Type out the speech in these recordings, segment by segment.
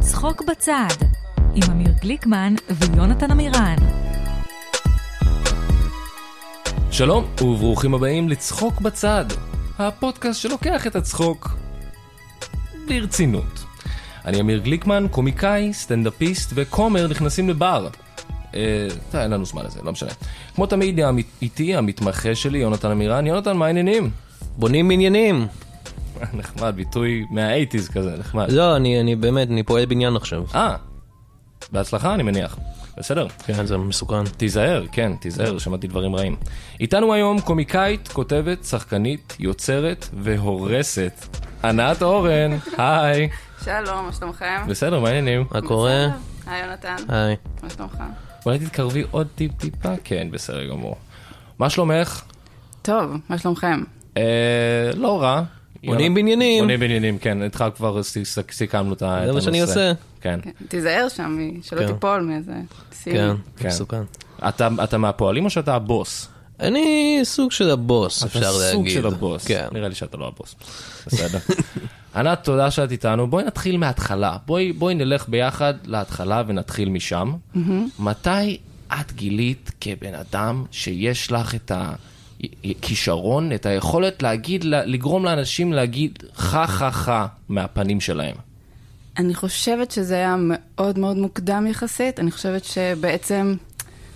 צחוק בצד, עם אמיר גליקמן ויונתן עמירן. שלום, וברוכים הבאים לצחוק בצד, הפודקאסט שלוקח את הצחוק ברצינות. אני אמיר גליקמן, קומיקאי, סטנדאפיסט וכומר נכנסים לבר. אה, אתה, אין לנו זמן לזה, לא משנה. כמו תמיד, המת- איתי המתמחה שלי, יונתן עמירן. יונתן, מה העניינים? בונים עניינים. נחמד, ביטוי מהאייטיז כזה, נחמד. לא, אני, אני באמת, אני פועל בניין עכשיו. אה, בהצלחה אני מניח. בסדר. כן, זה מסוכן. תיזהר, כן, תיזהר, שמעתי דברים רעים. איתנו היום קומיקאית, כותבת, שחקנית, יוצרת והורסת. ענת אורן, היי. שלום, מה שלומכם? בסדר, מה העניינים? מה קורה? בסדר. היי יונתן, היי. מה שלומך? אולי תתקרבי עוד טיפ-טיפה? כן, בסדר גמור. מה שלומך? טוב, מה שלומכם? אה, לא רע. בונים בניינים. בונים בניינים, כן, איתך כבר ס- ס- סיכמנו את ה- את הנושא. זה מה שאני עושה. כן. כן, תיזהר שם, מ- שלא כן. תיפול מאיזה סיר. כן, כן. מסוכן. אתה- אתה מהפועלים או שאתה הבוס? אני סוג של הבוס, אפשר להגיד. אתה סוג של הבוס. כן. נראה לי שאתה לא הבוס. בסדר. ענת, תודה שאת איתנו. בואי נתחיל מההתחלה. בואי, בואי נלך ביחד להתחלה ונתחיל משם. Mm-hmm. מתי את גילית כבן אדם שיש לך את הכישרון, את היכולת להגיד, לגרום לאנשים להגיד חה חה חה מהפנים שלהם? אני חושבת שזה היה מאוד מאוד מוקדם יחסית. אני חושבת שבעצם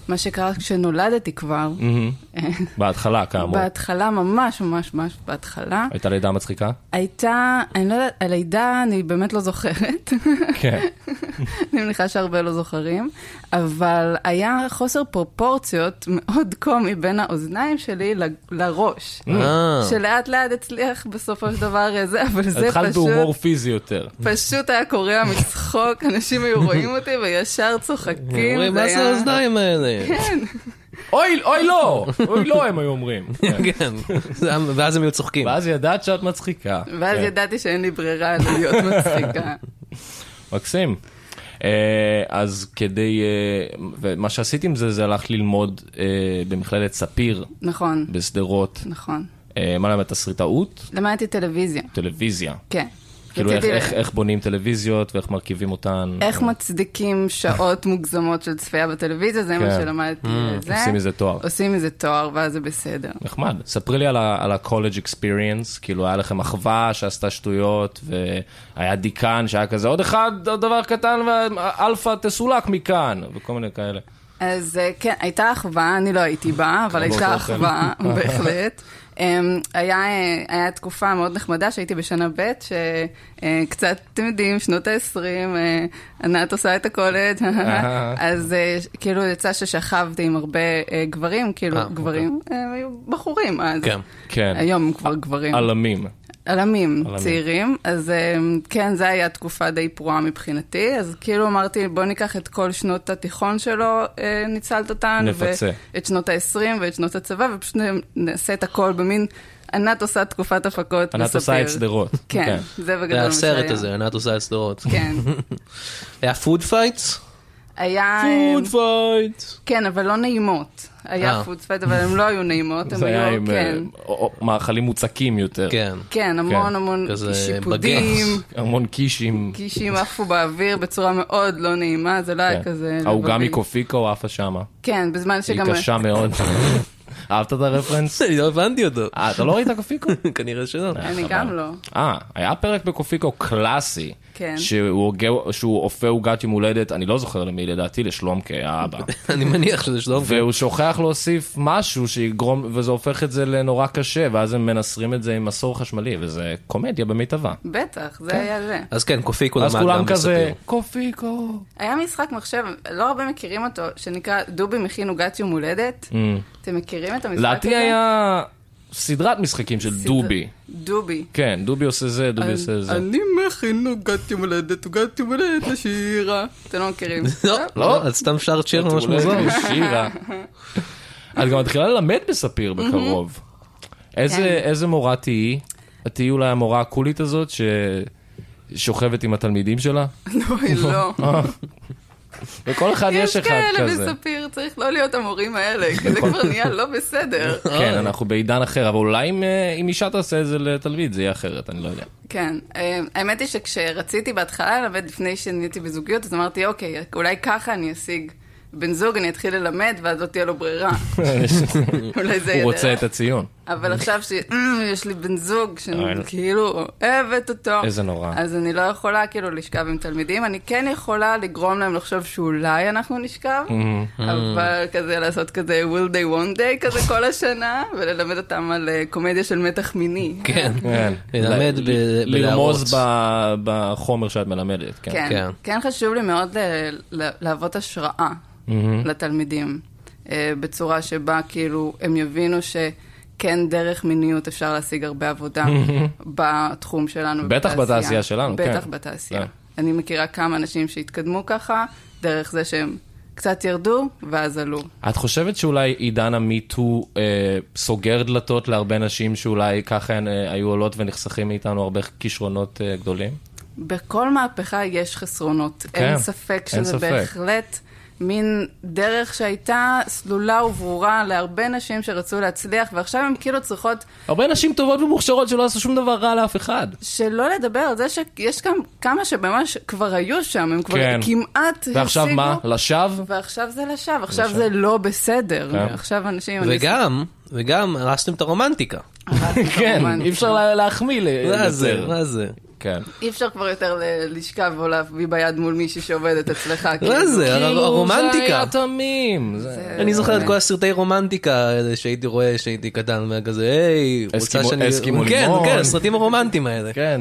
מה שקרה כשנולדתי כבר, Mm-hmm. Mm. בהתחלה, כאמור. בהתחלה, ממש ממש ממש בהתחלה, אה. הייתה לידה מצחיקה? הייתה, אני לא יודעת, הלידה אני באמת לא זוכרת. כן. אני מניחה שהרבה לא זוכרים, אבל היה חוסר פרופורציות מאוד קומי בין האוזניים שלי ל- לראש. אה, שלאט לאט הצליח בסופו של דבר אה, זה, אבל זה התחלת פשוט, בהומור פיזי יותר. פשוט היה קורע מצחוק, אנשים היו רואים אותי וישר צוחקים. אומרים, מה זה היה- האוזניים האלה? אוי, אוי לא! אוי לא, הם היו אומרים. כן. כן. זה היה- ואז הם היו צוחקים. ואז ידעת שאת מצחיקה. ואז כן. ידעתי שאין לי ברירה אלא להיות מצחיקה. מקסים. אה, אז כדי, אה, ומה שעשיתי עם זה, זה הלכת ללמוד אה, במכללת ספיר נכון, בשדרות. נכון. אה, מה למדת? תסריטאות? למדתי טלוויזיה, טלוויזיה. כן. כאילו איך- רציתי ל- איך- איך בונים טלוויזיות ואיך מרכיבים אותן. איך מצדיקים שעות מוגזמות של צפייה בטלוויזיה, זה מה כן. שלמדתי לזה. עושים מזה תואר. עושים מזה תואר, ואז זה בסדר. נחמד. ספרי לי על ה- על ה-college experience, כאילו היה לכם אחווה שעשתה שטויות, והיה דיקן שהיה כזה, עוד אחד, עוד דבר קטן, ואלפא תסולק מכאן, וכל מיני כאלה. אז אה, כן, הייתה אחווה, אני לא הייתי בה, אבל הייתה באותו אחווה, בהחלט. אמ, היה, אה, היה תקופה מאוד נחמדה שהייתי בשנה ב', שקצת, אתם יודעים, שנות ה-20, אה, ענת עושה את הקולג', אז אה, ש- כאילו יצא ששכבתי עם הרבה אה, גברים, כאילו אה, גברים, הם היו בחורים אז. כן. כן, היום הם כבר גברים. עלמים. עלמים עלמים. צעירים, אז אמ, כן, זה היה תקופה די פרועה מבחינתי, אז כאילו אמרתי, בוא ניקח את כל שנות התיכון שלו, אה, ניצלת אותן, נפצה. ואת שנות ה-20 ואת שנות הצבא, ופשוט נעשה את הכל במין, ענת עושה תקופת הפקות ענת עושה את בספיר. שדרות. אוקיי. כן, זה בגדול זה היה מה שהיה. הסרט הזה, ענת עושה את סדרות. כן. היה פוד פייטס? היה, אמ, פוד פייטס. כן, אבל לא נעימות. היה אה. פוד פייט, אבל הם לא היו נעימות, הם זה היה היו, עם כן. אה, או- או- מאכלים מוצקים יותר. כן. כן, המון המון כזה שיפודים. בגס. המון קישים. קישים עפו באוויר בצורה מאוד לא נעימה, זה לא כן. היה כזה... העוגה לבבי. מקופיקו עפה שמה. כן, בזמן היא שגם... קשה מאוד. אהבת את הרפרנס? אני לא הבנתי אותו. אה, אתה לא ראית קופיקו? כנראה שלא. אני חבל. גם לא. אה, היה פרק בקופיקו קלאסי. כן. שהוא הוגה- שהוא אופה עוגת יום הולדת, אני לא זוכר למי, לדעתי לשלומקה, האבא. אני מניח שזה שלום. והוא שוכח להוסיף משהו שיגרום, וזה הופך את זה לנורא קשה, ואז הם מנסרים את זה עם מסור חשמלי, וזה קומדיה במיטבה. בטח, זה היה זה. אז כן, קופיקו למד אז גם כולם כזה, בספיר. קופיקו. היה משחק מחשב, לא הרבה מכירים אותו, שנקרא דובי מכין עוגת יום הולדת. אתם מכירים את המשחק הזה? לדעתי Mm. היה סדרת משחקים של סדרה- דובי. דובי. כן, דובי עושה זה, דובי עושה זה. אני מכין עוגת יום הולדת, עוגת יום הולדת לשירה. אתם לא מכירים. לא, לא. לא, את סתם שרת שיר ממש אולי מוזר. זה לא שירה. את גם מתחילה ללמד בספיר בקרוב. איזה- כן. איזה מורה תהיי? את תהיי אולי המורה הקולית הזאת ששוכבת עם התלמידים שלה? אוי, לא. וכל אחד יש יש אחד כאלה כזה. נכון. בספיר, צריך לא להיות המורים האלה, כי זה כבר נהיה לא בסדר. כן, אנחנו בעידן אחר, אבל אולי אם, אה, אם אישה תעשה את זה לתלמיד, זה יהיה אחרת, אני לא יודע. כן, אה, האמת היא שכשרציתי בהתחלה ללמד לפני שנהייתי בזוגיות, אז אמרתי, אוקיי, אולי ככה אני אשיג בן זוג, אני אתחיל ללמד, ואז לא תהיה לו ברירה. אולי זה הוא יהיה רוצה דרך. את הציון. אבל עכשיו שיש לי בן זוג אבל- שאני כאילו אוהבת אותו, איזה נורא. אז אני לא יכולה כאילו לשכב עם תלמידים, אני כן יכולה לגרום להם לחשוב שאולי אנחנו נשכב, Mm-hmm. אבל כזה לעשות כזה will they won't they כזה כל השנה, וללמד אותם על אה, קומדיה של מתח מיני. כן. כן. ללמד ב- ל- לרמוז ב- בלהראות. בחומר שאת מלמדת, כן. כן, כן. כן חשוב לי מאוד אה, ל- להוות השראה לתלמידים, אה, בצורה שבה כאילו הם יבינו שכן דרך מיניות אפשר להשיג הרבה עבודה בתחום שלנו. בטח בתעשייה שלנו, כן. בטח בתעשייה. כן. אני מכירה כמה אנשים שהתקדמו ככה, דרך זה שהם קצת ירדו ואז עלו. את חושבת שאולי עידן המיטו אה, סוגר דלתות להרבה נשים שאולי ככה הן אה, היו עולות ונחסכים מאיתנו הרבה כישרונות אה, גדולים? בכל מהפכה יש חסרונות. כן, כן, אין ספק אין שזה ספק. בהחלט מין דרך שהייתה סלולה וברורה להרבה נשים שרצו להצליח, ועכשיו הן כאילו צריכות הרבה נשים טובות ומוכשרות שלא עשו שום דבר רע לאף אחד. שלא לדבר על זה שיש גם כמה שממש כבר היו שם, הם כבר כן. כמעט ועכשיו השיגו, מה? לשווא? ועכשיו זה לשווא, עכשיו זה לא בסדר. כן. עכשיו אנשים... אני- וגם, וגם הרסתם את הרומנטיקה. אבל כן, כמובן, אי אפשר לה- להחמיא ל- מה זה, כן, יותר. מה זה? כן. אי אפשר כבר יותר ל- לשכב או להביא ביד מול מישהי שעובדת אצלך. מה כאילו. זה, הר- כאילו זה הרומנטיקה. היה תמים. זה- אני זוכר את כל הסרטי רומנטיקה האלה שהייתי רואה שהייתי קטן, והיה כזה, היי, רוצה אסקימו- שאני... אסקימו כן, לימון." כן, הסרטים הרומנטיים האלה. כן.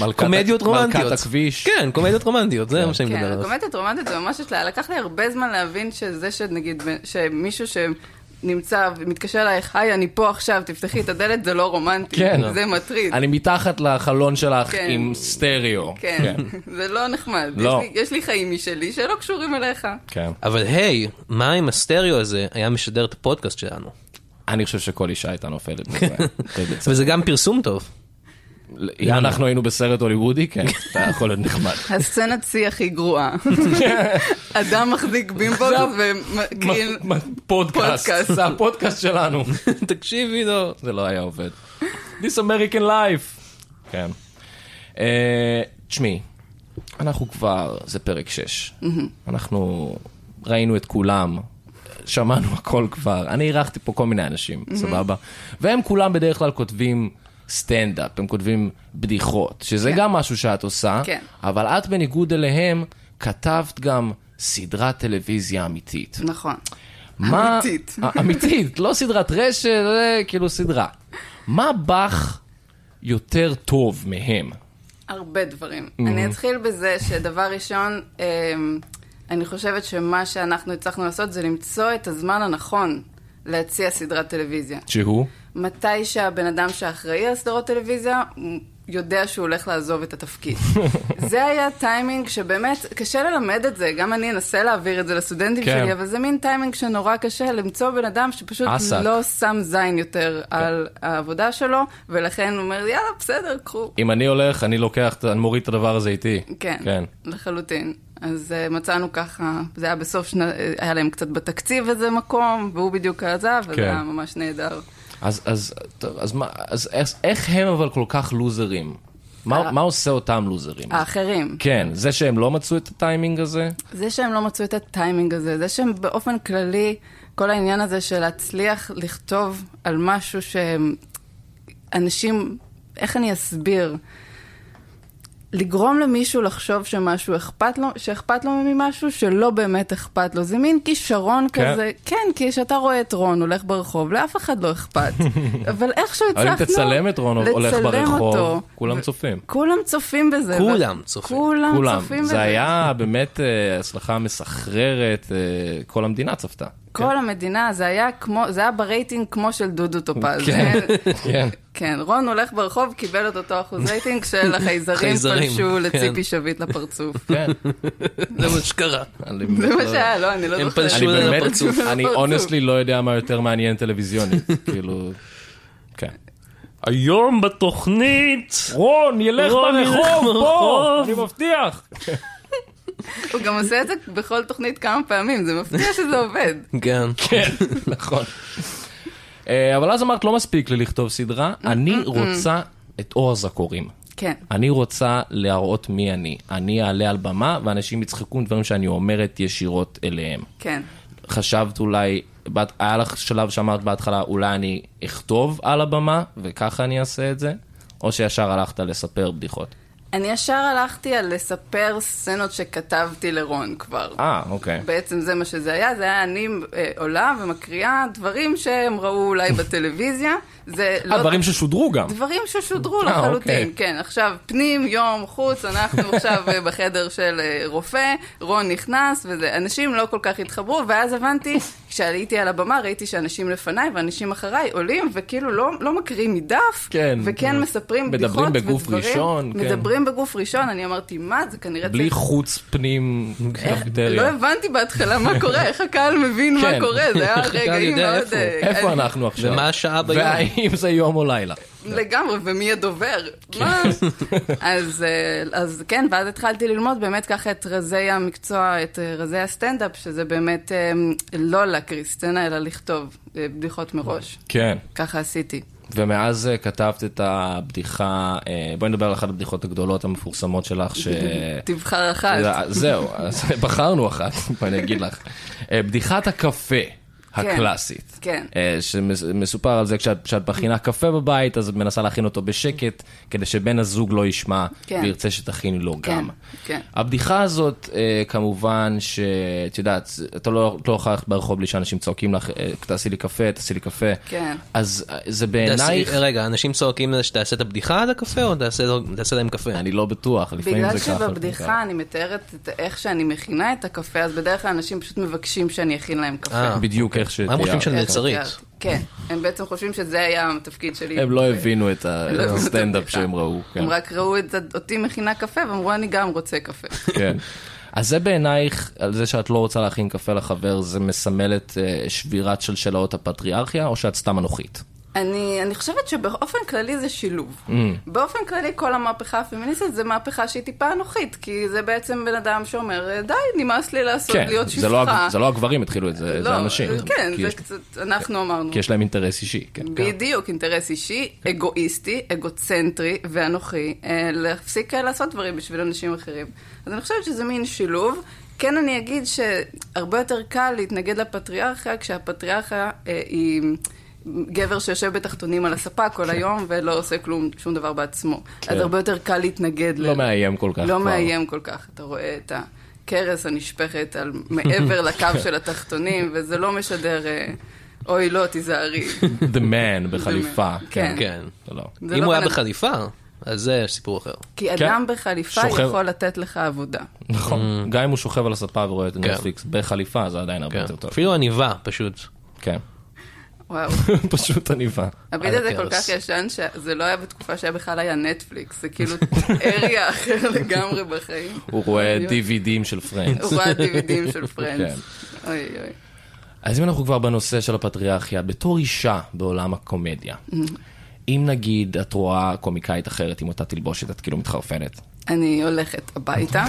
מלכת- קומדיות רומנטיות. מלכת הכביש. כן, קומדיות רומנטיות, זה מה שאני מדבר כן, עליו. הקומדיות רומנטית זה ממש אצלה. לקח לי הרבה זמן להבין שזה שנגיד, שמישהו שנמצא ומתקשר אלייך, היי, אני פה עכשיו, תפתחי את הדלת, זה לא רומנטי. כן. זה מטריד. אני מתחת לחלון שלך כן. עם סטריאו. כן, זה לא נחמד. לא. יש לי- יש לי חיים משלי שלא קשורים אליך. כן. אבל היי, מה אם הסטריאו הזה היה משדר את הפודקאסט שלנו? אני חושב שכל אישה הייתה נופלת מזה. ובצדק. וזה גם פרסום טוב. אם אנחנו היינו בסרט הוליוודי, כן, זה היה יכול להיות נחמד. הסצנת שיא הכי גרועה. אדם מחזיק בימבוק ומקרין... מה- מה- פודקאסט, פודקאסט. זה הפודקאסט שלנו. תקשיבי לו. זה לא היה עובד. This American Life. כן. אה, תשמעי, אנחנו כבר, זה פרק 6. Mm-hmm. אנחנו ראינו את כולם, שמענו הכל כבר. אני אירחתי פה כל מיני אנשים, Mm-hmm. סבבה? והם כולם בדרך כלל כותבים סטנדאפ, הם כותבים בדיחות, שזה גם משהו שאת עושה, כן. אבל את בניגוד אליהם, כתבת גם סדרת טלוויזיה אמיתית. נכון. מה- אמיתית. א- אמיתית, לא סדרת רשת, זה כאילו סדרה. מה בך יותר טוב מהם? הרבה דברים. אני אתחיל בזה שדבר ראשון, אמ, אני חושבת שמה שאנחנו הצלחנו לעשות זה למצוא את הזמן הנכון להציע סדרת טלוויזיה. שהוא? מתי שהבן אדם שאחראי על סדרות טלוויזיה, הוא יודע שהוא הולך לעזוב את התפקיד. זה היה טיימינג שבאמת, קשה ללמד את זה, גם אני אנסה להעביר את זה לסטודנטים כן. שלי, אבל זה מין טיימינג שנורא קשה למצוא בן אדם שפשוט אסק. לא שם זין יותר על העבודה שלו, ולכן הוא אומר, יאללה, בסדר, קחו. אם אני הולך, אני לוקח, את- אני מוריד את הדבר הזה איתי. כן, כן. לחלוטין. אז uh, מצאנו ככה, זה היה בסוף שנה, אה, היה להם קצת בתקציב איזה מקום, והוא בדיוק עזב, וזה כן. היה ממש נהדר. אז, אז, טוב, אז, מה, אז איך- איך הם אבל כל כך לוזרים? מה, אה. מה עושה אותם לוזרים? האחרים, כן, זה שהם לא מצאו את הטיימינג הזה? זה שהם לא מצאו את הטיימינג הזה, זה שהם באופן כללי, כל העניין הזה של להצליח לכתוב על משהו שהם... אנשים, איך אני אסביר? לגרום למישהו לחשוב שמשהו אכפת לו, שאכפת לו ממשהו שלא באמת אכפת לו. זה מין כישרון כן. כן. כזה. כן, כי כשאתה רואה את רון הולך ברחוב, לאף אחד לא אכפת. אבל איכשהו אבל הצלחנו אם תצלם את רון הולך לצלם ברחוב, אותו. כולם צופים. כולם צופים בזה. כולם צופים. כולם, כולם. צופים בזה. זה היה באמת אה, הצלחה מסחררת, אה, כל המדינה צפתה. כל המדינה, זה היה כמו, זה היה ברייטינג כמו של דודו טופז. כן. אין- כן. כן, רון הולך ברחוב, קיבל את אותו אחוז רייטינג של החייזרים חייזרים, פלשו כן. לציפי שביט לפרצוף. כן. זה מה שקרה. אני זה באמת מה לא- שהיה, לא, אני לא הם זוכרת. אני פלשו אליי באמת, לפרצוף. אני לפרצוף. אונסטלי לא יודע מה יותר מעניין טלוויזיונית, כאילו, כן. היום בתוכנית, רון ילך ברחוב, בוא, אני מבטיח. הוא גם עושה את זה בכל תוכנית כמה פעמים, זה מפתיע שזה עובד. כן. כן, נכון. אה, אבל אז אמרת, לא מספיק לי לכתוב סדרה, אני רוצה את אור הזרקורים. כן. אני רוצה להראות מי אני. אני אעלה על במה, ואנשים יצחקו עם דברים שאני אומרת ישירות אליהם. כן. חשבת אולי, בת- היה לך שלב שאמרת בהתחלה, אולי אני אכתוב על הבמה, וככה אני אעשה את זה? או שישר הלכת לספר בדיחות? אני ישר הלכתי על לספר סצנות שכתבתי לרון כבר. אה, אוקיי. בעצם זה מה שזה היה, זה היה אני אה, עולה ומקריאה דברים שהם ראו אולי בטלוויזיה. זה לא... אה, דברים ששודרו גם. דברים ששודרו אה, לחלוטין, אוקיי. כן. עכשיו, פנים, יום, חוץ, אנחנו עכשיו אה, בחדר של אה, רופא, רון נכנס, וזה, אנשים לא כל כך התחברו, ואז הבנתי, כשעליתי על הבמה, ראיתי שאנשים לפניי ואנשים אחריי עולים, וכאילו לא, לא מקריאים מדף, כן. וכן מספרים מדברים בדיחות בגוף ודברים, ראשון, כן. מדברים בגוף ראשון, אני אמרתי, מה, זה כנראה... בלי צריך- חוץ פנים לא קפטריה. הבנתי בהתחלה מה קורה, איך הקהל מבין מה כן. קורה, זה היה איך הקהל רגעים יודע מאוד... איפה- אה, איפה אנחנו עכשיו? ומה השעה ביום? והאם זה יום או לילה? לגמרי, ומי הדובר? כן. מה? אז, אה, אז כן, ואז התחלתי ללמוד באמת ככה את רזי המקצוע, את אה, רזי הסטנדאפ, שזה באמת אה, לא להקריא סצנה, אלא לכתוב אה, בדיחות מראש. כן. ככה עשיתי. ומאז אה, כתבת את הבדיחה, אה, בואי נדבר על אחת הבדיחות הגדולות המפורסמות שלך, ש... תבחר אחת. אה, זה- זהו, אז בחרנו אחת, בואי אני אגיד לך. אה, בדיחת הקפה הקלאסית. כן. אה, שמסופר על זה כשאת כשאת מכינה קפה בבית, אז את מנסה להכין אותו בשקט, כדי שבן הזוג לא ישמע, כן. וירצה שתכיני לו כן, גם. כן. הבדיחה הזאת, אה, כמובן, שאת יודעת, אתה לא את לא יכולה ללכת ברחוב בלי שאנשים צועקים לך, אה, תעשי לי קפה, תעשי לי קפה. כן. אז אה, זה תעשי- בעינייך... רגע, אנשים צועקים לזה שתעשה את הבדיחה עד הקפה, או תעשה תעשה להם קפה? אני לא בטוח, לפעמים בגלל זה ככה. שבבדיחה אני מתארת את איך שאני מכינה את הקפה, אז בדרך כלל אנשים פשוט מבקשים שאני אכין להם קפה. אה, בדיוק איך מה הם חושבים שתיארת. שאני איך מלצרית? שתיארתי. כן, הם בעצם חושבים שזה היה התפקיד שלי. הם לא הבינו את ה- את לא הבינו את הסטנדאפ הבדיחה. שהם ראו. כן. הם רק ראו את זה- אותי מכינה קפה, ואמרו, אני גם רוצה קפה. כן. אז זה בעינייך, על זה שאת לא רוצה להכין קפה לחבר, זה מסמל את אה, שבירת שלשלאות הפטריארכיה, או שאת סתם אנוכית? אני, אני חושבת שבאופן כללי זה שילוב. Mm. באופן כללי כל המהפכה הפמיניסטית זה מהפכה שהיא טיפה אנוכית, כי זה בעצם בן אדם שאומר, די, נמאס לי לעשות, כן, להיות שפחה. זה לא הג- זה לא הגברים התחילו את זה, זה לא, אנשים. כן, כי זה יש- כן. קצת, אנחנו אמרנו. כי יש להם אינטרס אישי, כן. בדיוק, אינטרס אישי, אגואיסטי, אגוצנטרי ואנוכי, אה, להפסיק אה, לעשות דברים בשביל אנשים אחרים. אז אני חושבת שזה מין שילוב. כן, אני אגיד שהרבה יותר קל להתנגד לפטריארכיה כשהפטריארכיה אה, היא גבר שיושב בתחתונים על הספה כן. כל היום ולא עושה כלום, שום דבר בעצמו. אז הרבה יותר קל להתנגד לא מאיים כל כך לא כבר. מאיים כל כך, אתה רואה את הכרס הנשפכת על מעבר לקו של התחתונים, וזה לא משדר, אה, אוי לא, תיזהרי. The man בחליפה. The man, כן. כן. זה לא. זה אם לא הוא היה בן- בחליפה, אז זה סיפור אחר. כי כן. אדם בחליפה שוכב. יכול לתת לך עבודה. נכון. גם אם הוא שוכב על הספה ורואה את נטפליקס בחליפה, זה עדיין הרבה Mm. כן. אוקיי, יותר טוב. אפילו עניבה, פשוט. כן. וואו, פשוט עניבה. הביט הזה כל הכרס. כך ישן, שזה לא היה בתקופה שהיה בכלל היה נטפליקס, זה כאילו אריה אחר לגמרי בחיים. הוא רואה DVDים של פרנדס. הוא רואה דיווידים של כן. פרנדס. אוי אוי. אז אם אנחנו כבר בנושא של הפטריארכיה, בתור אישה בעולם הקומדיה, Mm-hmm. אם נגיד את רואה קומיקאית אחרת עם אותה תלבושת, את כאילו מתחרפנת. אני הולכת הביתה,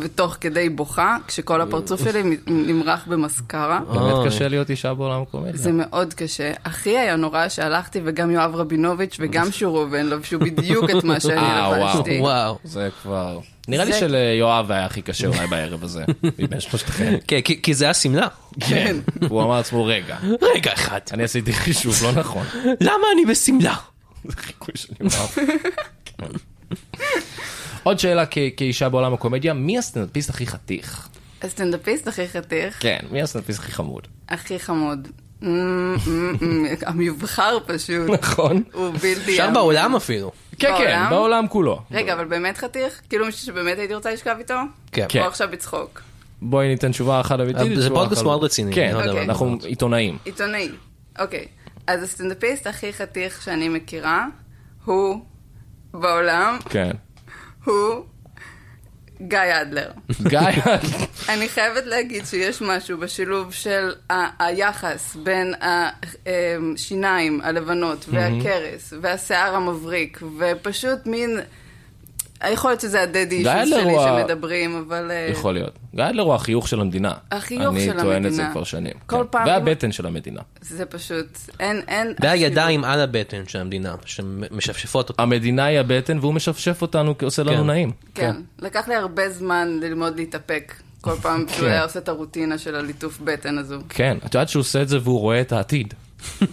ותוך כדי בוכה, כשכל הפרצוף שלי נמרח במסקרה. באמת קשה להיות אישה בעולם הקומדיה. זה מאוד קשה. הכי היה נורא שהלכתי, וגם יואב רבינוביץ' וגם שורובן לבשו בדיוק את מה שאני אה, וואו. לבשתי. וואו. זה כבר... נראה לי זה- שליואב היה הכי קשה אולי בערב הזה, מבין שלושתכם. כן, כי- כי זה היה שמלה. כן. הוא אמר לעצמו, רגע, רגע אחד, אני עשיתי חישוב לא נכון. למה אני בשמלה? זה חיקוי שאני אוהב. עוד שאלה כ- כאישה בעולם הקומדיה, מי הסטנדאפיסט הכי חתיך? הסטנדאפיסט הכי חתיך, כן, מי הסטנדאפיסט הכי חמוד? הכי חמוד. אמ, אמ, אמ, המבחר פשוט, נכון. הוא בלתי... אפשר ים. בעולם אפילו. כן, כן, בעולם? בעולם כולו. רגע, אבל באמת חתיך? כאילו מישהו שבאמת הייתי רוצה לשכב איתו? כן. כן. או עכשיו בצחוק. בואי ניתן תשובה אחת אמיתית. אה, זה ותשובה פודקאסט אחת- מאוד רציני, כן, לא יודע מה אנחנו עיתונאים. עיתונאי. אוקיי. אז הסטנדאפיסט הכי חתיך שאני מכירה, הוא בעולם, כן. הוא גיא אדלר. גיא, אה, אני חייבת להגיד שיש משהו בשילוב של ה- היחס בין אמ, השיניים הלבנות והכרס והשיער המבריק, ופשוט מין יכול להיות שזה הדד אישוס גאדלר שלי הוא ה- שמדברים, אבל... אה, יכול להיות. גאדלר הוא החיוך של המדינה. החיוך של אני טוען את זה המדינה. כבר שנים. כל כן. פעם- והבטן של המדינה. זה פשוט, אין, אין... והידיים על הבטן של המדינה, שמשפשפות אותה. המדינה היא הבטן והוא משפשף אותנו כי עושה לנו כן. נעים. כן. לקח לי הרבה זמן ללמוד להתאפק. כל פעם שהוא היה עושה את הרוטינה של הליטוף בטן הזו. כן, את יודעת שהוא עושה את זה והוא רואה את העתיד.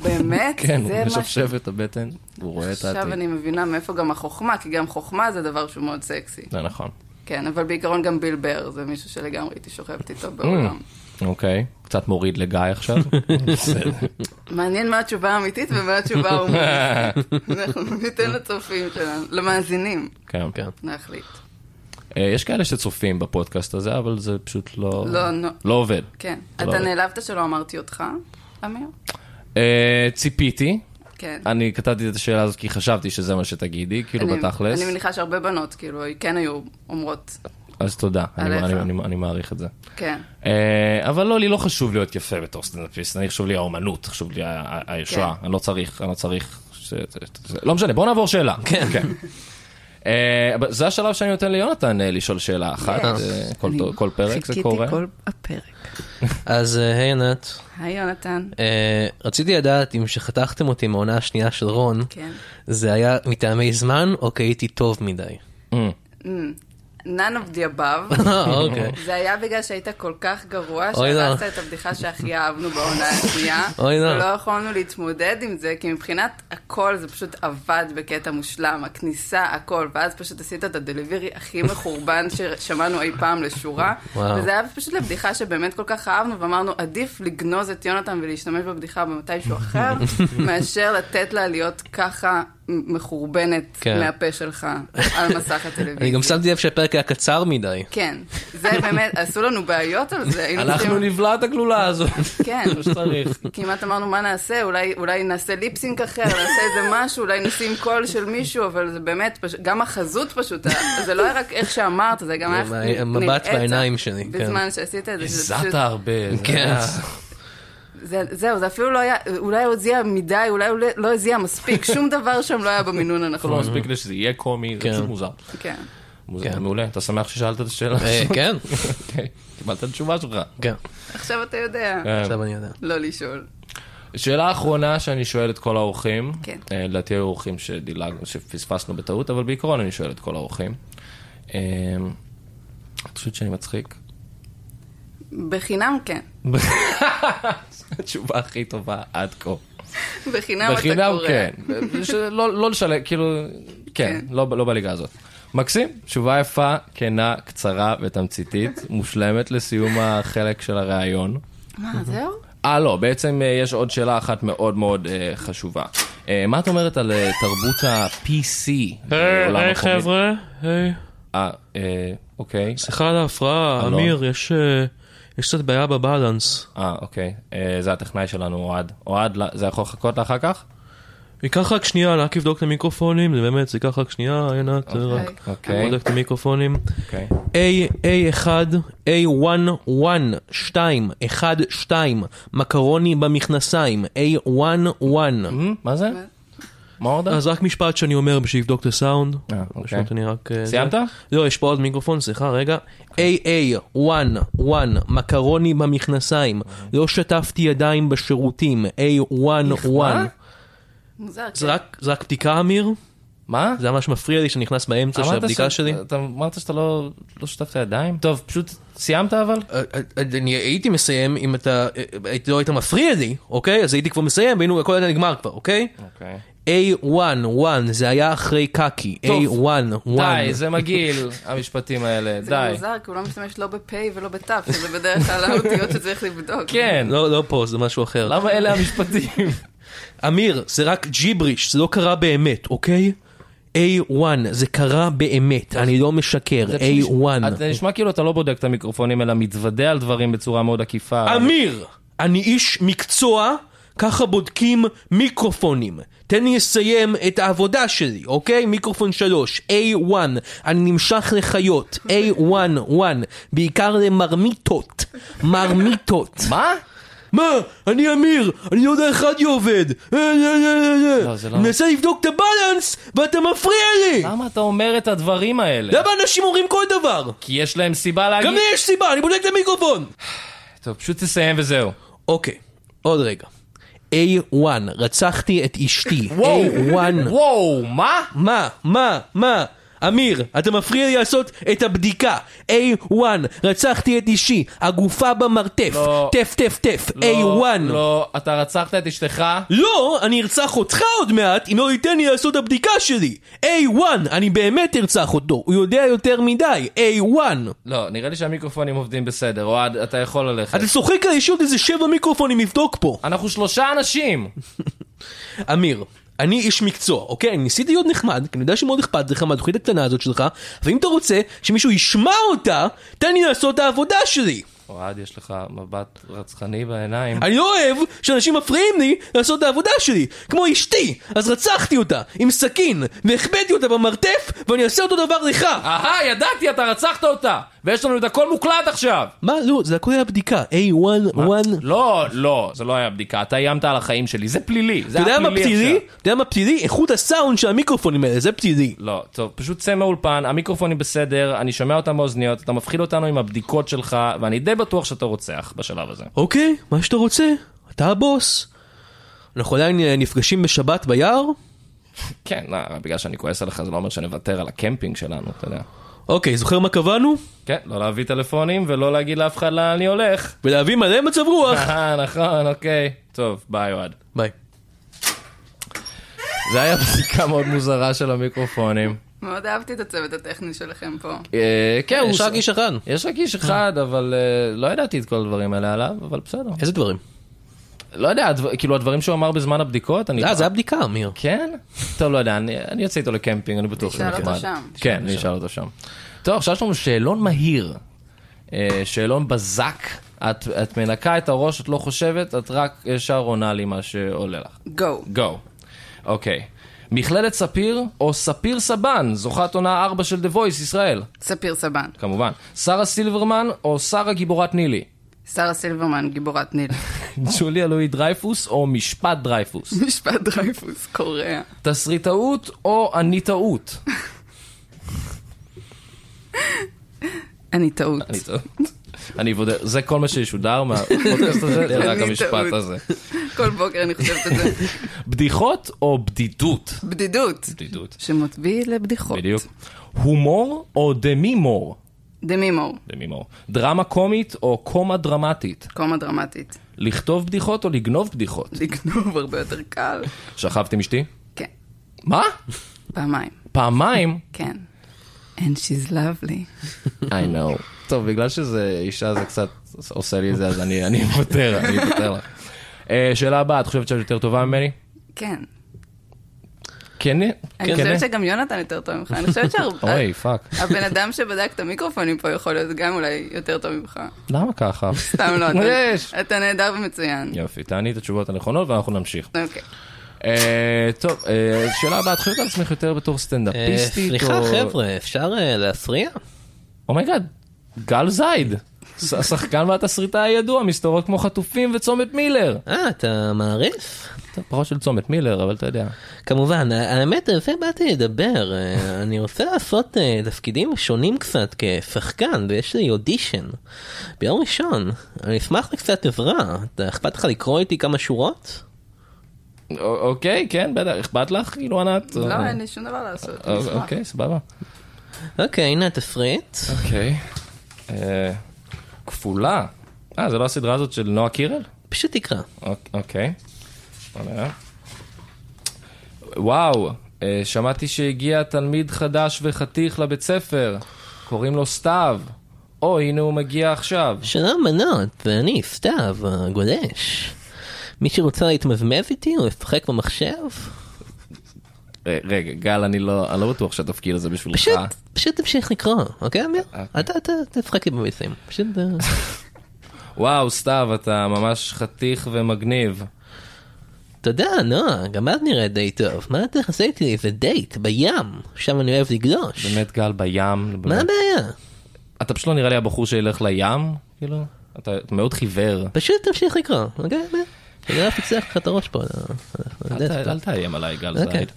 באמת? כן, זה הוא מה ש- משפשף את הבטן, הוא רואה את עכשיו העתיד. אני מבינה מאיפה גם החוכמה, כי גם חוכמה זה דבר שהוא מאוד סקסי. זה נכון. כן, אבל בעיקרון גם ביל בר זה מישהו שלגמרי הייתי שוכבת Mm. איתו בעולם. אוקיי, קצת מוריד לגיא עכשיו. בסדר. מעניין מה התשובה האמיתית ומה התשובה ההומוריסטית. אנחנו ניתן לצופים שלנו, למאזינים, כן. כן. להחליט. אה, יש כאלה שצופים בפודקאסט הזה, אבל זה פשוט לא... לא, נו. לא עובד. כן. לא. אתה נעלבת שלא אמרתי אותך, אמיר? אה, ציפיתי, כן. אני כתבתי את השאלה הזאת כי חשבתי שזה מה שתגידי, כאילו אני- בתכלס. אני מניחה שהרבה בנות, כאילו, כן היו אומרות, אז תודה, אני- עליך. אני- אני אני מעריך את זה. כן. אה, אבל לא, לי לא חשוב להיות יפה בתור סטנדאפיסט, אני חשוב לי האומנות, חשוב לי ה- ה- הישועה, כן. אני לא צריך, אני לא צריך, ש- ש- ש- לא משנה, בואו נעבור שאלה. כן. אה, אבל זה השלב שאני נותן ליונתן אה, לשאול שאלה אחת, כן. אה, כל- כל פרק זה קורה. חיכיתי כל הפרק. אז אה, היי ענת, היי, יונתן. אה, רציתי לדעת אם שחתכתם אותי מהעונה השנייה של רון, כן. זה היה מטעמי זמן או כי הייתי טוב מדי? Mm. none of the above. אוקיי. זה היה בגלל שהיית כל כך גרוע, אוי, לא. שהרסת את הבדיחה שהכי אהבנו בעונה השנייה. אוי, לא. ולא יכולנו להתמודד עם זה, כי מבחינת הכל זה פשוט עבד בקטע מושלם, הכניסה, הכל, ואז פשוט עשית את הדליברי הכי מחורבן ששמענו אי פעם לשורה. וואו. וזה היה פשוט לבדיחה שבאמת כל כך אהבנו, ואמרנו, עדיף לגנוז את יונתן ולהשתמש בבדיחה במתישהו אחר, מאשר לתת לה להיות ככה מחורבנת כן. מהפה שלך על מסך הטלוויזיה. אני גם שמתי לב שהפרק היה קצר מדי. כן, זה באמת, עשו לנו בעיות על זה. היינו אנחנו צריכים- נבלע את הגלולה הזאת, כן, כמו שצריך. כמעט אמרנו מה נעשה, אולי, אולי נעשה ליפסינק אחר, נעשה איזה משהו, אולי נשים קול של מישהו, אבל זה באמת, פש... גם החזות פשוט, היה- זה לא היה רק איך שאמרת, זה גם היה גם איך נ- המבט נראית בעיניים שלי, כן. בזמן שעשית את זה. שזה הזעת פשוט- הרבה. זה- כן. זה- זהו, זה אפילו לא היה, אולי הוא הזיע מדי, אולי הוא לא- לא הזיע מספיק, שום דבר שם לא היה במינון זה לא הנכון. מספיק כדי שזה יהיה קומי, זה כן. פשוט מוזר. כן. מוזר, כן. מעולה, אתה שמח ששאלת את השאלה? אה, כן, אוקיי, קיבלת את התשובה שלך. כן, עכשיו אתה יודע כן. עכשיו אני יודע. לא לשאול. שאלה אחרונה שאני שואל את כל האורחים, כן. אה, לדעתי היו אורחים שדילג, שפספסנו בטעות, אבל בעיקרון אני שואל את כל האורחים. אה, את חושבת שאני מצחיק? בחינם כן. התשובה הכי טובה עד כה. בחינם אתה קורא. בחינם כן. שלא- לא לשלם, כאילו, כן, כן. לא ב- לא בליגה הזאת. מקסים, תשובה יפה, כנה, קצרה ותמציתית, מושלמת לסיום החלק של הראיון. מה, זהו? אה, לא, בעצם אה, יש עוד שאלה אחת מאוד מאוד אה, חשובה. אה, מה את אומרת על אה, תרבות ה-PC בעולם היי הקומיקס? חבר'ה, היי, אה, אה, אוקיי. סליחה על ההפרעה, הלו. אמיר, יש אה, יש קצת בעיה בבלנס. אה, אוקיי. אה, זה הטכנאי שלנו, אוהד. אוהד, לא- זה יכול לחכות לאחר כך? ייקח רק שנייה רק לבדוק את המיקרופונים, זה באמת, זה ייקח רק שנייה, אה, עינת, רק אוקיי. בודק את המיקרופונים. אוקיי. A, A1, A1, 1, 2, 1, 2, מקרוני במכנסיים, A1, 1. מ, מה זה? מה עוד? אז רק משפט שאני אומר בשביל לבדוק את הסאונד. אה, אוקיי. פשוט אני רק... אה, סיימת? זה. לא, יש פה עוד מיקרופון, סליחה, רגע. AA, 1, 1, מקרוני במכנסיים, לא שטפתי ידיים בשירותים, A1, 1. מוזר. זה רק- זה רק בדיקה, אמיר? מה? זה ממש מפריע לי שאני נכנס באמצע של אמרת הבדיקה ש- שלי. אתה אמרת שאתה לא לא שטפת ידיים? טוב, פשוט סיימת אבל? אה, אני הייתי מסיים אם אתה, אה, אה, לא היית מפריע לי, אוקיי? אז הייתי כבר מסיים, והיינו, הכל היה נגמר כבר, אוקיי? אוקיי. A1, 1, זה היה אחרי קקי, טוב, A1, 1. די, זה מגעיל, המשפטים האלה, זה גם די. מוזר, כי הוא לא משתמש לא בפ' ולא בת', שזה בדרך כלל האותיות שצריך לבדוק. כן, לא, לא פה, זה משהו אחר. למה אלה המשפטים? אמיר, זה רק ג'יבריש, זה לא קרה באמת, אוקיי? A1, זה קרה באמת, אני לא משקר, זה פשוט A1. נשמע- אתה נשמע כאילו אתה לא בודק את המיקרופונים, אלא מתוודה על דברים בצורה מאוד עקיפה. אמיר, אני איש מקצוע, ככה בודקים מיקרופונים. תן לי לסיים את העבודה שלי, אוקיי? מיקרופון 3, A1, אני נמשך לחיות, A1, 1, בעיקר למרמיתות, מרמיתות. מה? מה? אני אמיר, אני לא יודע איך רדיו עובד. אה, אה, אה, אה. לא, זה לא- מנסה לבדוק את הבלנס, ואתה מפריע לי! למה אתה אומר את הדברים האלה? למה אנשים אומרים כל דבר? כי יש להם סיבה גם להגיד... לי יש סיבה, אני בודק את המיקרופון! טוב, פשוט תסיים וזהו. אוקיי, עוד רגע. A1, רצחתי את אשתי. A1. וואו, מה? מה? מה? מה? אמיר, אתה מפריע לי לעשות את הבדיקה. A1, רצחתי את אישי, הגופה במרתף. לא. טף טף טף, לא, A1. לא, אתה רצחת את אשתך? לא, אני ארצח אותך עוד מעט אם לא ייתן לי לעשות את הבדיקה שלי. A1, אני באמת ארצח אותו, הוא יודע יותר מדי. A1. לא, נראה לי שהמיקרופונים עובדים בסדר, אוהד, אתה יכול ללכת. אתה צוחק על יש עוד איזה שבע מיקרופונים לבדוק פה. אנחנו שלושה אנשים! אמיר, אני איש מקצוע, אוקיי? אני ניסיתי להיות נחמד, כי אני יודע שמאוד אכפת לך מהתוכנית הקטנה הזאת שלך, ואם אתה רוצה שמישהו ישמע אותה, תן לי לעשות את העבודה שלי. אוהד, יש לך מבט רצחני בעיניים. אני לא אוהב שאנשים מפריעים לי לעשות את העבודה שלי, כמו אשתי, אז רצחתי אותה עם סכין, והחבאתי אותה במרתף, ואני אעשה אותו דבר לך. אהה, ידעתי, אתה רצחת אותה! ויש לנו את הכל מוקלט עכשיו! מה? לא, זה הכל היה בדיקה. היי, וואן, וואן. לא, לא, זה לא היה בדיקה, אתה איימת על החיים שלי, זה פלילי, זה אתה היה יודע מה פלילי פתילי? עכשיו. אתה יודע מה פתילי? איכות הסאונד של המיקרופונים האלה, זה פתילי. לא, טוב, פשוט צא מהאולפן, המיקרופונים בסדר, אני שומע אותם באוזניות, אתה מפחיד אותנו עם הבדיקות שלך, ואני די בטוח שאתה רוצח בשלב הזה. אוקיי, מה שאתה רוצה, אתה הבוס. אנחנו עדיין אה, נפגשים בשבת ביער? כן, לא, בגלל שאני כועס עליך, זה לא אומר שנוותר על הקמפינג שלנו, אתה יודע. אוקיי, זוכר מה קבענו? כן, לא להביא טלפונים ולא להגיד לאף אחד לאן אני הולך. ולהביא מלא מצב רוח. אה, אה, נכון, אוקיי. טוב, ביי אוהד. ביי. זה היה בדיקה מאוד מוזרה של המיקרופונים. מאוד אהבתי את הצוות הטכני שלכם פה. אה, כן, הוא... יש רק איש אחד. יש רק איש אחד, אבל אה, לא ידעתי את כל הדברים האלה עליו, אבל בסדר. איזה דברים? לא יודע, הדבר- כאילו הדברים שהוא אמר בזמן הבדיקות, אני... אה, זה היה בדיקה, אמיר. כן? טוב, לא יודע, אני אני יוצא איתו לקמפינג, אני בטוח שהוא נשאל אותו נחמד. שם. כן, אני אשאל אותו שם. טוב, עכשיו יש לנו שאלון מהיר. אה, שאלון בזק. את את מנקה את הראש, את לא חושבת, את רק ישר עונה לי מה שעולה לך. גו. גו. אוקיי. מכללת ספיר או ספיר סבן, זוכת עונה 4 של The Voice ישראל, ספיר סבן. כמובן. שרה סילברמן או שרה גיבורת נילי? שרה סילברמן, גיבורת ניל. ג'וליה לואי דרייפוס או משפט דרייפוס? משפט דרייפוס, קוריאה. תסריטאות או אני טעות? אני טעות. אני טעות. אני בודק, זה כל מה שישודר מהפודקאסט הזה, זה רק אני המשפט טעות. הזה. כל בוקר אני חושבת את זה. בדיחות או בדידות? בדידות. בדידות. שמוטביא לבדיחות. בדיוק. הומור או דמימור? דמימור, דמימור. דרמה קומית או קומה דרמטית? קומה דרמטית. לכתוב בדיחות או לגנוב בדיחות? לגנוב הרבה יותר קל. שכבת עם אשתי? כן, מה? פעמיים. פעמיים? כן. And she's lovely. I know. טוב, בגלל שזה אישה זה קצת עושה לי את זה, אז אני אני מוותר, אני מוותר לך. אה, שאלה הבאה, את חושבת שאת יותר טובה ממני? כן. כן? אני חושבת שגם יונתן יותר טוב ממך. אני חושבת אוי, פאק. שהבן אדם שבדק את המיקרופונים פה יכול להיות גם אולי יותר טוב ממך. למה ככה? סתם לא. אתה- יש. אתה נהדר ומצוין. יופי, תעני את התשובות הנכונות ואנחנו נמשיך. אוקיי. אה, טוב, אה, שאלה הבאה, את חושבת על עצמך יותר בתור אה, סטנדאפיסטית? אה, סליחה או- חבר'ה, אפשר אה, להפריע? אומייגאד, גל זייד. ש- השחקן והתסריטאי הידוע, מסתורות כמו חטופים וצומת מילר. אה, אתה מעריף? טוב, פחות של צומת מילר, אבל אתה יודע. כמובן, ה- האמת, על זה באתי לדבר. אה, אני רוצה לעשות אה, תפקידים שונים קצת כשחקן, ויש לי אודישן. ביום ראשון, אני אשמח לקצת עזרה. אתה אכפת לך לקרוא איתי כמה שורות? א- אוקיי, כן, בטח, אכפת לך? כאילו ענת? לא, או- אין לי שום דבר לעשות. או- נשמע. אוקיי, סבבה. אוקיי, הנה התפריט. אוקיי. אה, כפולה. אה, זה לא הסדרה הזאת של נועה קירל? פשוט תקרא. אוק- אוקיי. בוא נראה. וואו, אה, שמעתי שהגיע תלמיד חדש וחתיך לבית ספר. קוראים לו סתיו. או, הנה הוא מגיע עכשיו. שלום בנות, ואני סתיו הגולש. מי שרוצה להתמזמז איתי או לשחק במחשב? אה, רגע, גל, אני לא אני לא בטוח שהתפקיד הזה בשבילך. פשוט, פשוט תמשיך לקרוא, אוקיי אמיר? אוקיי. אתה אתה- תשחק לי במיסים. פשוט... אה, וואו, סתיו, אתה ממש חתיך ומגניב. תודה, נועה, גם את נראית די טוב. מה אתה עושה איתי לאיזה דייט בים? שם אני אוהב לגלוש. באמת, גל, בים. מה הבעיה? אתה פשוט לא נראה לי הבחור שילך לים, כאילו? אתה מאוד חיוור. פשוט תמשיך לקרוא, אוקיי? מה? אני לא פוצח לך את הראש פה. לא- לא אל יודע, ת- אתה- אל תאיים עליי, גל אוקיי. זייד.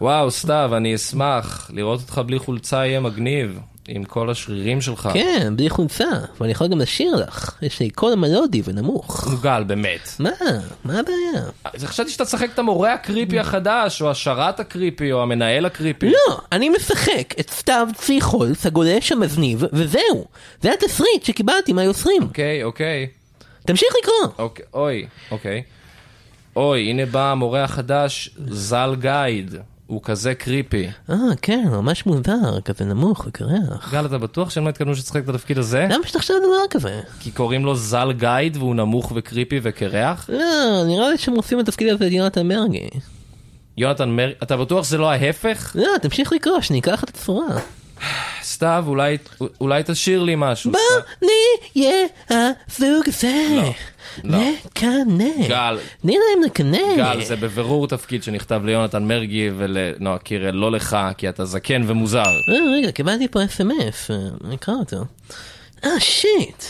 וואו, סתיו, אני אשמח. לראות אותך בלי חולצה יהיה מגניב, עם כל השרירים שלך. כן, בלי חולצה, ואני יכול גם לשיר לך, יש לי קול מלודי ונמוך. נו, גל, באמת. מה? מה הבעיה? אז חשבתי שאתה תשחק את המורה הקריפי החדש, או השרת הקריפי, או המנהל הקריפי. לא, אני משחק את סתיו צי חולץ, הגולש המזניב, וזהו. זה התסריט שקיבלתי מהיוצרים. אוקיי, אוקיי. תמשיך לקרוא. אוקיי, אוי, אוקיי. אוי, הנה בא המורה החדש, ז"ל גייד. הוא כזה קריפי. אה, כן, ממש מוזר, כזה נמוך וקרח. גל, אתה בטוח שהם לא התכוונו שתשחק את התפקיד הזה? למה שתחשב על דבר כזה? כי קוראים לו ז"ל גייד והוא נמוך וקריפי וקרח? לא, נראה לי שהם עושים את התפקיד הזה ליונתן מרגי. יונתן מר... אתה בטוח שזה לא ההפך? לא, תמשיך לקרוא, שניקח את הצורה. סתיו, אולי, אולי תשאיר לי משהו. לא. סתיו. בוא נהיה הזוג הזה. לא. נקנא. גל. תני להם לקנא. גל, זה בבירור תפקיד שנכתב ליונתן מרגי ולנועה קירל, לא לך, כי אתה זקן ומוזר. אה, רגע, קיבלתי פה אס.אם.אס, נקרא אותו. אה, שיט.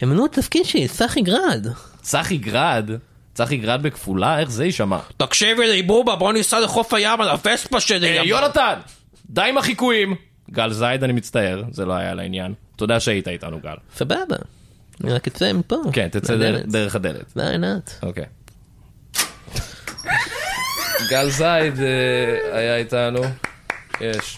הם ענו לתפקיד שלי, סחי גרד. צחי גרד? צחי גרד בכפולה? איך זה יישמע? תקשיבי לי בובה, בוא ניסע לחוף הים על הווספה שלי. אה, יונתן! די עם החיקויים! גל זייד, אני מצטער, זה לא היה לעניין. תודה שהיית איתנו, גל. סבבה. אני רק אצא מפה. כן, תצא דרך- מהדלת. דרך הדלת. why not? אוקיי. גל זייד אה, היה איתנו. יש.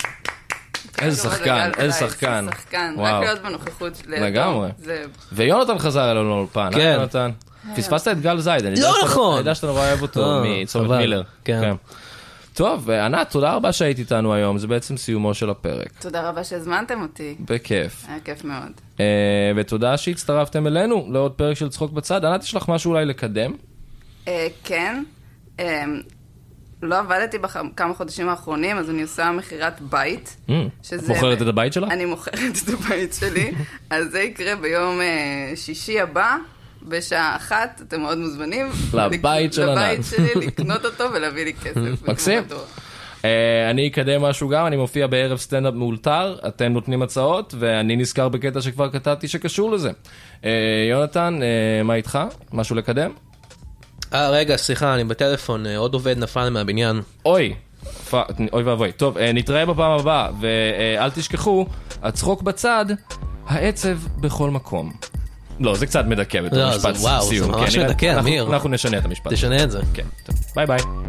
איזה שחקן, גל איזה לא זייד, שחקן. שחקן, רק וואו. להיות בנוכחות. לידו, לגמרי. זה ויונתן חזר אלינו לאולפן, אה, כן. יונתן? פספסת את גל זייד, אני יודע לא שאתה- נכון. אני יודע שאתה נורא אוהב אותו אה, מצומת חבל. מילר. כן. טוב, אה, ענת, תודה רבה שהיית איתנו היום, זה בעצם סיומו של הפרק. תודה רבה שהזמנתם אותי, בכיף. היה כיף מאוד. אה, ותודה שהצטרפתם אלינו לעוד פרק של צחוק בצד. ענת, יש לך משהו אולי לקדם? אה, כן, אה, לא עבדתי בכמה חודשים האחרונים, אז אני עושה מכירת בית. Mm, את שזה- מוכרת את הבית שלך? אני מוכרת את הבית שלי, אז זה יקרה ביום אה, שישי הבא. בשעה אחת, אתם מאוד מוזמנים. לבית של ענת. לבית שלי, לקנות אותו ולהביא לי כסף. מקסים. בתמורתו. אה, אני אקדם משהו גם, אני מופיע בערב סטנדאפ מאולתר, אתם נותנים הצעות, ואני נזכר בקטע שכבר כתבתי שקשור לזה. אה, יונתן, אה, מה איתך? משהו לקדם? אה, רגע, סליחה, אני בטלפון, אה, עוד עובד נפל מהבניין. אוי, פ- אוי ואבוי. טוב, אה, נתראה בפעם הבאה, ואל תשכחו, הצחוק בצד, העצב בכל מקום. לא, זה קצת מדכא בתור לא, משפט זה- וואו, זה סיום. ממש כן, נראה- מדכא, אנחנו- אמיר. אנחנו נשנה את המשפט. תשנה את זה. כן, טוב. ביי ביי.